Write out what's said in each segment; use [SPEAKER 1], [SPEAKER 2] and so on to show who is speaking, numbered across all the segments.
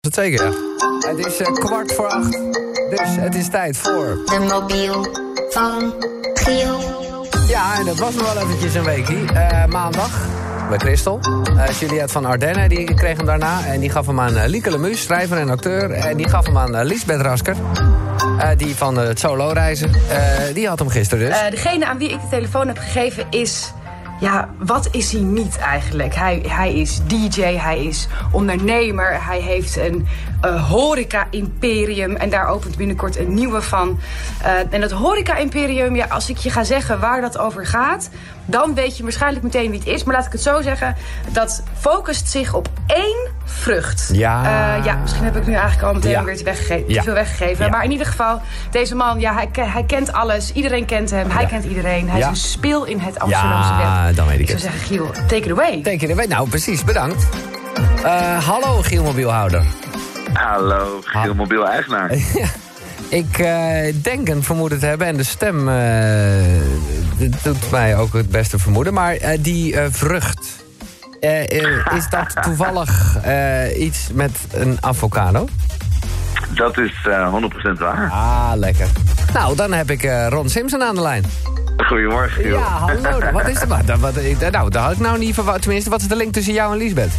[SPEAKER 1] dat zeker. ja.
[SPEAKER 2] Het is eh, kwart voor acht, dus het is tijd voor...
[SPEAKER 3] De mobiel van Giel.
[SPEAKER 2] Ja, en dat was nog wel eventjes een weekie. Eh, maandag, bij Christel. Eh Juliette van Ardenne, die kreeg hem daarna. En die gaf hem aan eh, Lieke Lemus, schrijver en acteur. En die gaf hem aan eh, Lisbeth Rasker. eh, die van eh, het solo reizen. Eh, die had hem gisteren dus.
[SPEAKER 4] Eh, degene aan wie ik de telefoon heb gegeven is. Ja, wat is hij niet eigenlijk? Hij, hij is DJ, hij is ondernemer, hij heeft een eh, horeca-imperium en daar opent binnenkort een nieuwe van. Eh, en dat horeca-imperium, ja, als ik je ga zeggen waar dat over gaat, dan weet je waarschijnlijk meteen wie het is. Maar laat ik het zo zeggen, dat focust zich op één vrucht.
[SPEAKER 2] Ja.
[SPEAKER 4] Eh, ja misschien heb ik nu eigenlijk al meteen
[SPEAKER 2] Ja.
[SPEAKER 4] weer weer te weggege- te
[SPEAKER 2] Ja.
[SPEAKER 4] veel weggegeven.
[SPEAKER 2] Ja.
[SPEAKER 4] Maar in ieder geval, deze man, ja, hij, ke- hij kent alles. Iedereen kent hem. Hij kent iedereen. Hij
[SPEAKER 2] Ja.
[SPEAKER 4] is een speel in het Amsterdamse
[SPEAKER 2] Ja,
[SPEAKER 4] web.
[SPEAKER 2] dan weet ik
[SPEAKER 4] zou
[SPEAKER 2] het.
[SPEAKER 4] zeggen, Giel, take it away.
[SPEAKER 2] Denk je dat weet? Nou, precies, bedankt. Eh, hallo, Giel Mobielhouder.
[SPEAKER 5] Hallo, Giel Mobiel Eigenaar.
[SPEAKER 2] Ik eh, denk een vermoeden te hebben en de stem eh, d- doet mij ook het beste vermoeden. Maar eh, die eh, vrucht, eh, eh, is dat toevallig eh, iets met een avocado?
[SPEAKER 5] Dat is eh, 100% waar.
[SPEAKER 2] Ah, lekker. Nou, dan heb ik eh, Ron Simpson aan de lijn.
[SPEAKER 5] Goedemorgen, Giel.
[SPEAKER 2] Ja, hallo. Wat is er? Wat, wat, eh, nou, daar had ik nou niet verwacht. Tenminste, wat is de link tussen jou en Liesbeth?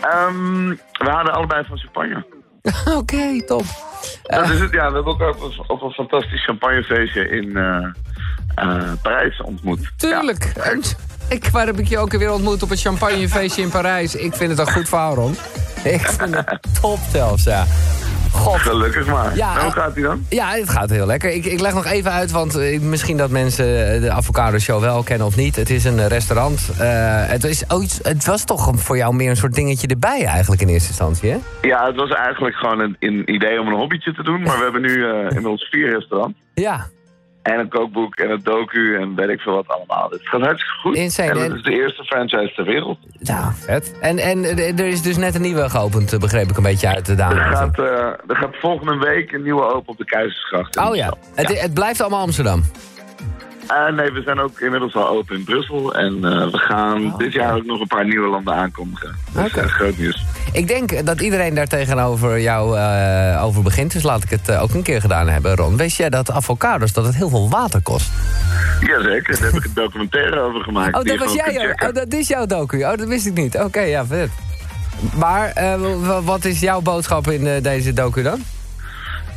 [SPEAKER 5] Ehm, we hadden allebei van champagne.
[SPEAKER 2] Oké, top.
[SPEAKER 5] Dat
[SPEAKER 2] Eh.
[SPEAKER 5] is het, ja. We hebben elkaar op een, op een fantastisch champagnefeestje in eh, eh, Parijs ontmoet.
[SPEAKER 2] Tuurlijk. En ik, waar heb ik je ook weer ontmoet op het champagnefeestje in Parijs? Ik vind het een goed verhaal, Ron. Ik vind het top zelfs, ja. God.
[SPEAKER 5] Ja, gelukkig maar.
[SPEAKER 2] Ja,
[SPEAKER 5] nou, hoe
[SPEAKER 2] eh,
[SPEAKER 5] gaat die dan?
[SPEAKER 2] Ja, het gaat heel lekker. Ik, ik leg nog even uit, want eh, misschien dat mensen eh, de Avocado Show wel kennen of niet. Het is een eh, restaurant. Eh, het, is ook iets- het was toch een- voor jou meer een soort dingetje erbij eigenlijk in eerste instantie, hè?
[SPEAKER 5] Ja, het was eigenlijk gewoon een, een idee om een hobbytje te doen. Maar we hebben nu eh, inmiddels vier restaurants.
[SPEAKER 2] Ja.
[SPEAKER 5] En een kookboek en een docu en weet ik veel wat allemaal. Dus het gaat hartstikke goed.
[SPEAKER 2] Insane,
[SPEAKER 5] en
[SPEAKER 2] hè?
[SPEAKER 5] het is de eerste franchise ter wereld.
[SPEAKER 2] Nou, vet. En, en eh, er is dus net een nieuwe geopend, eh, begreep ik een beetje uit de
[SPEAKER 5] Er
[SPEAKER 2] dame.
[SPEAKER 5] gaat, eh, er gaat volgende week een nieuwe open op de Keizersgracht. in
[SPEAKER 2] Oh ja,
[SPEAKER 5] Amsterdam.
[SPEAKER 2] het, het blijft allemaal Amsterdam.
[SPEAKER 5] Eh, nee, we zijn ook inmiddels al open in Brussel. En eh, we gaan dit jaar ook nog een paar nieuwe landen aankondigen. Dus
[SPEAKER 2] Oh, Oké.
[SPEAKER 5] eh, groot nieuws.
[SPEAKER 2] Ik denk dat iedereen daar tegenover jou eh, over begint. Dus laat ik het eh, ook een keer gedaan hebben, Ron. Wist jij dat avocados dat het heel veel water kost?
[SPEAKER 5] Jazeker, daar heb ik een documentaire over gemaakt.
[SPEAKER 2] Oh,
[SPEAKER 5] die
[SPEAKER 2] dat
[SPEAKER 5] je
[SPEAKER 2] was
[SPEAKER 5] gewoon
[SPEAKER 2] jij.
[SPEAKER 5] kunt
[SPEAKER 2] joh.
[SPEAKER 5] checken.
[SPEAKER 2] Oh, dat is jouw docu. Oh, dat wist ik niet. Oké, ja, vet. Maar eh, w- w- wat is jouw boodschap in eh, deze docu dan?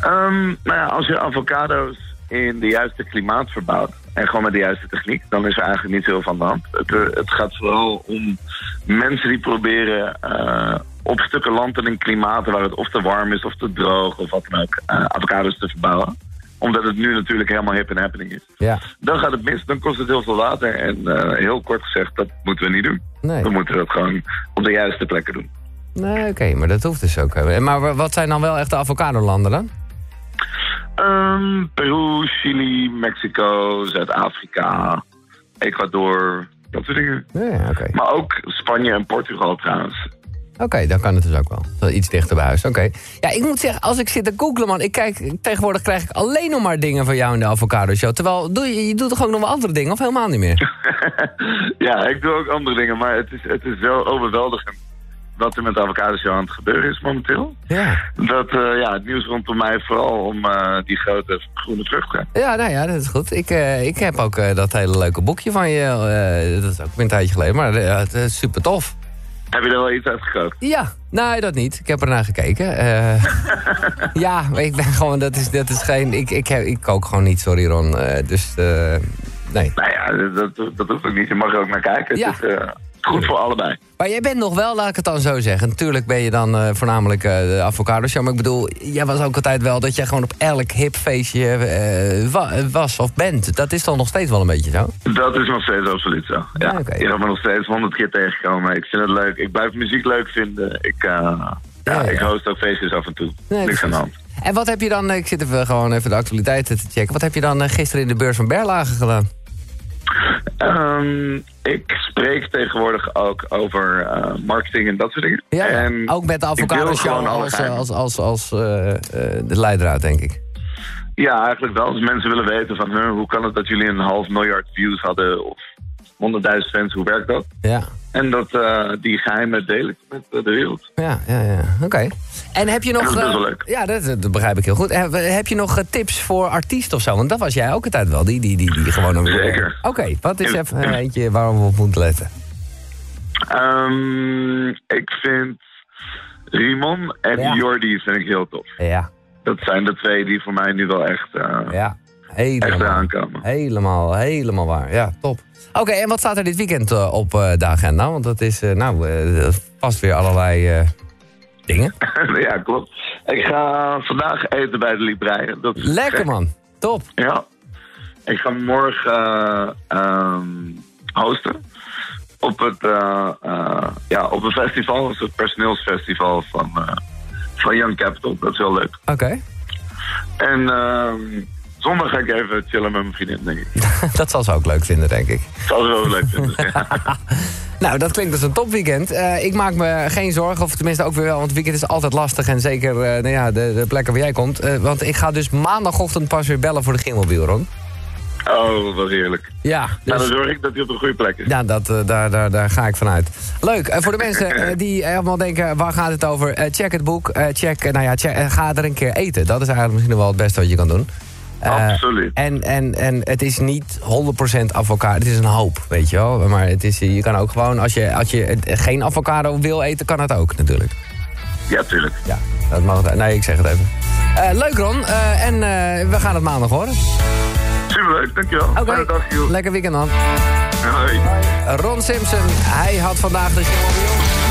[SPEAKER 5] Ehm, nou ja, als je avocado's in de juiste klimaat verbouwt... en gewoon met de juiste techniek... dan is er eigenlijk niet heel van de hand. Het, eh, het gaat vooral om mensen die proberen... eh, op stukken land en in klimaten waar het of te warm is... of te droog of wat dan ook... eh, avocado's te verbouwen. Omdat het nu natuurlijk helemaal hip en happening is.
[SPEAKER 2] Ja.
[SPEAKER 5] dan gaat het mis. Dan kost het heel veel water. En eh, heel kort gezegd, dat moeten we niet doen.
[SPEAKER 2] Nee.
[SPEAKER 5] We moeten dat gewoon op de juiste plekken doen.
[SPEAKER 2] Nee, oké, maar dat hoeft dus ook. Eh, Maar wa- wat zijn dan wel echt de avocadolanden dan?
[SPEAKER 5] Ehm, Peru, Chili, Mexico, Zuid-Afrika, Ecuador, dat soort dingen.
[SPEAKER 2] Ja, oké.
[SPEAKER 5] Maar ook Spanje en Portugal trouwens.
[SPEAKER 2] Oké, dan kan het dus ook wel. Wel Iets dichter bij huis, oké. Ja, ik moet zeggen, als ik zit te googlen, man... Ik kijk, tegenwoordig krijg ik alleen nog maar dingen van jou in de Avocado-show. Terwijl, doe, je je doet toch ook nog wel andere dingen, of helemaal niet meer?
[SPEAKER 5] ja, ik doe ook andere dingen, maar het is, het is wel overweldigend wat er met de avocado aan het gebeuren is momenteel.
[SPEAKER 2] Ja.
[SPEAKER 5] Dat, eh, ja, het nieuws rondom mij vooral om eh, die grote groene vruchten.
[SPEAKER 2] Ja, nou ja, dat is goed. Ik, eh, ik heb ook eh, dat hele leuke boekje van je. eh, dat is ook een tijdje geleden, maar eh, het is super tof.
[SPEAKER 5] Heb je er wel iets uit gekookt?
[SPEAKER 2] Ja, nee, dat niet. Ik heb ernaar gekeken. Eh, ja, maar ik ben gewoon, dat is, dat is geen... Ik, ik, heb- ik kook gewoon niet, sorry Ron. Eh, dus, eh, nee.
[SPEAKER 5] Nou ja, dat, dat- dat hoeft ook niet. Je mag er ook naar kijken.
[SPEAKER 2] Ja.
[SPEAKER 5] Het is eh, goed voor allebei.
[SPEAKER 2] Maar jij bent nog wel, laat ik het dan zo zeggen. Natuurlijk ben je dan eh, voornamelijk eh, de avocado show. Maar ik bedoel, jij was ook altijd wel dat jij gewoon op elk hip feestje eh, wa- was of bent. Dat is dan nog steeds wel een beetje zo.
[SPEAKER 5] Dat is nog steeds absoluut zo. Ja.
[SPEAKER 2] Ah, oké.
[SPEAKER 5] Je gaat me nog steeds honderd keer tegenkomen. Ik vind het leuk. Ik blijf muziek leuk vinden. Ik, eh, ja,
[SPEAKER 2] ja.
[SPEAKER 5] ik host ook feestjes af en toe. Niks aan de hand.
[SPEAKER 2] En wat heb je dan, ik zit even gewoon even de actualiteiten te checken. Wat heb je dan eh, gisteren in de beurs van Berlage gedaan?
[SPEAKER 5] Ehm, ik spreek tegenwoordig ook over eh, marketing en dat soort dingen.
[SPEAKER 2] Ja, ja.
[SPEAKER 5] en
[SPEAKER 2] ook met de
[SPEAKER 5] Ehm, ik
[SPEAKER 2] avocado
[SPEAKER 5] deel gewoon
[SPEAKER 2] show
[SPEAKER 5] alle
[SPEAKER 2] als, eh,
[SPEAKER 5] geheimen.
[SPEAKER 2] als, als, als eh, eh, de leidraad, denk ik.
[SPEAKER 5] Ja, eigenlijk wel. Als mensen willen weten van huh, hoe kan het dat jullie een half miljard views hadden of 100.000 fans, hoe werkt dat?
[SPEAKER 2] Ja,
[SPEAKER 5] En dat eh, die geheimen deel ik met eh, de wereld.
[SPEAKER 2] ja, ja, ja. oké. En heb je nog...
[SPEAKER 5] Dat is best wel
[SPEAKER 2] eh,
[SPEAKER 5] leuk.
[SPEAKER 2] Ja, dat, dat begrijp ik heel goed. Heb, heb je nog eh, tips voor artiesten of zo? Want dat was jij ook altijd wel, die, die, die, die gewoon... een-
[SPEAKER 5] Zeker.
[SPEAKER 2] Oké, wat is even eh, eentje waar we op moeten letten?
[SPEAKER 5] Ehm, ik vind Rimon en
[SPEAKER 2] Ja.
[SPEAKER 5] Jordi vind ik heel tof.
[SPEAKER 2] Ja,
[SPEAKER 5] Dat zijn de twee die voor mij nu wel echt, eh,
[SPEAKER 2] ja.
[SPEAKER 5] echt
[SPEAKER 2] Helemaal,
[SPEAKER 5] aankomen.
[SPEAKER 2] helemaal, helemaal waar. Ja, top. Oké, en wat staat er dit weekend eh, op eh, de agenda? Want dat is, eh, nou, eh, vast weer allerlei eh, dingen.
[SPEAKER 5] ja, klopt. Ik ga vandaag eten bij de Libreien. Dat is
[SPEAKER 2] Lekker,
[SPEAKER 5] gek.
[SPEAKER 2] man. Top.
[SPEAKER 5] Ja. Ik ga morgen eh, ehm, hosten. Op, het, eh, eh, ja, op een festival, een soort personeelsfestival van, eh, van Young Capital. Dat is wel leuk.
[SPEAKER 2] Oké.
[SPEAKER 5] En ehm, zondag ga ik even chillen met mijn vriendin, denk ik.
[SPEAKER 2] dat zal ze ook leuk vinden, denk ik.
[SPEAKER 5] Dat zou ze wel leuk vinden. Ja.
[SPEAKER 2] Nou, dat klinkt als een topweekend. Eh ik maak me geen zorgen, of tenminste ook weer wel, want het weekend is altijd lastig. En zeker eh, nou ja, de, de plekken waar jij komt. Eh, want ik ga dus maandagochtend pas weer bellen voor de gimmelwiel, Ron.
[SPEAKER 5] Oh, wat heerlijk.
[SPEAKER 2] Ja,
[SPEAKER 5] Nou, dan
[SPEAKER 2] dus,
[SPEAKER 5] zorg ik dat hij op de goede plek is.
[SPEAKER 2] ja dat, eh, daar, daar, daar ga ik vanuit. Leuk, eh, voor de mensen eh, die helemaal denken, waar gaat het over? Eh, check het boek, eh, check, eh, nou ja, check, eh, ga er een keer eten. Dat is eigenlijk misschien wel het beste wat je kan doen. Eh,
[SPEAKER 5] Absoluut.
[SPEAKER 2] En, en, en het is niet 100% avocado. Het is een hoop, weet je wel. Maar het is, je kan ook gewoon, als je, als je het- geen avocado wil eten, kan het ook natuurlijk.
[SPEAKER 5] Ja, tuurlijk.
[SPEAKER 2] Ja, dat mag het. Nee, ik zeg het even. Eh, leuk Ron, Eh, en eh, we gaan het maandag horen.
[SPEAKER 5] Superleuk, dankjewel.
[SPEAKER 2] Oké,
[SPEAKER 5] Fijne dag, Giel.
[SPEAKER 2] lekker weekend dan.
[SPEAKER 5] Hoi.
[SPEAKER 2] Ron Simpson, hij had vandaag de Gimmelwiel.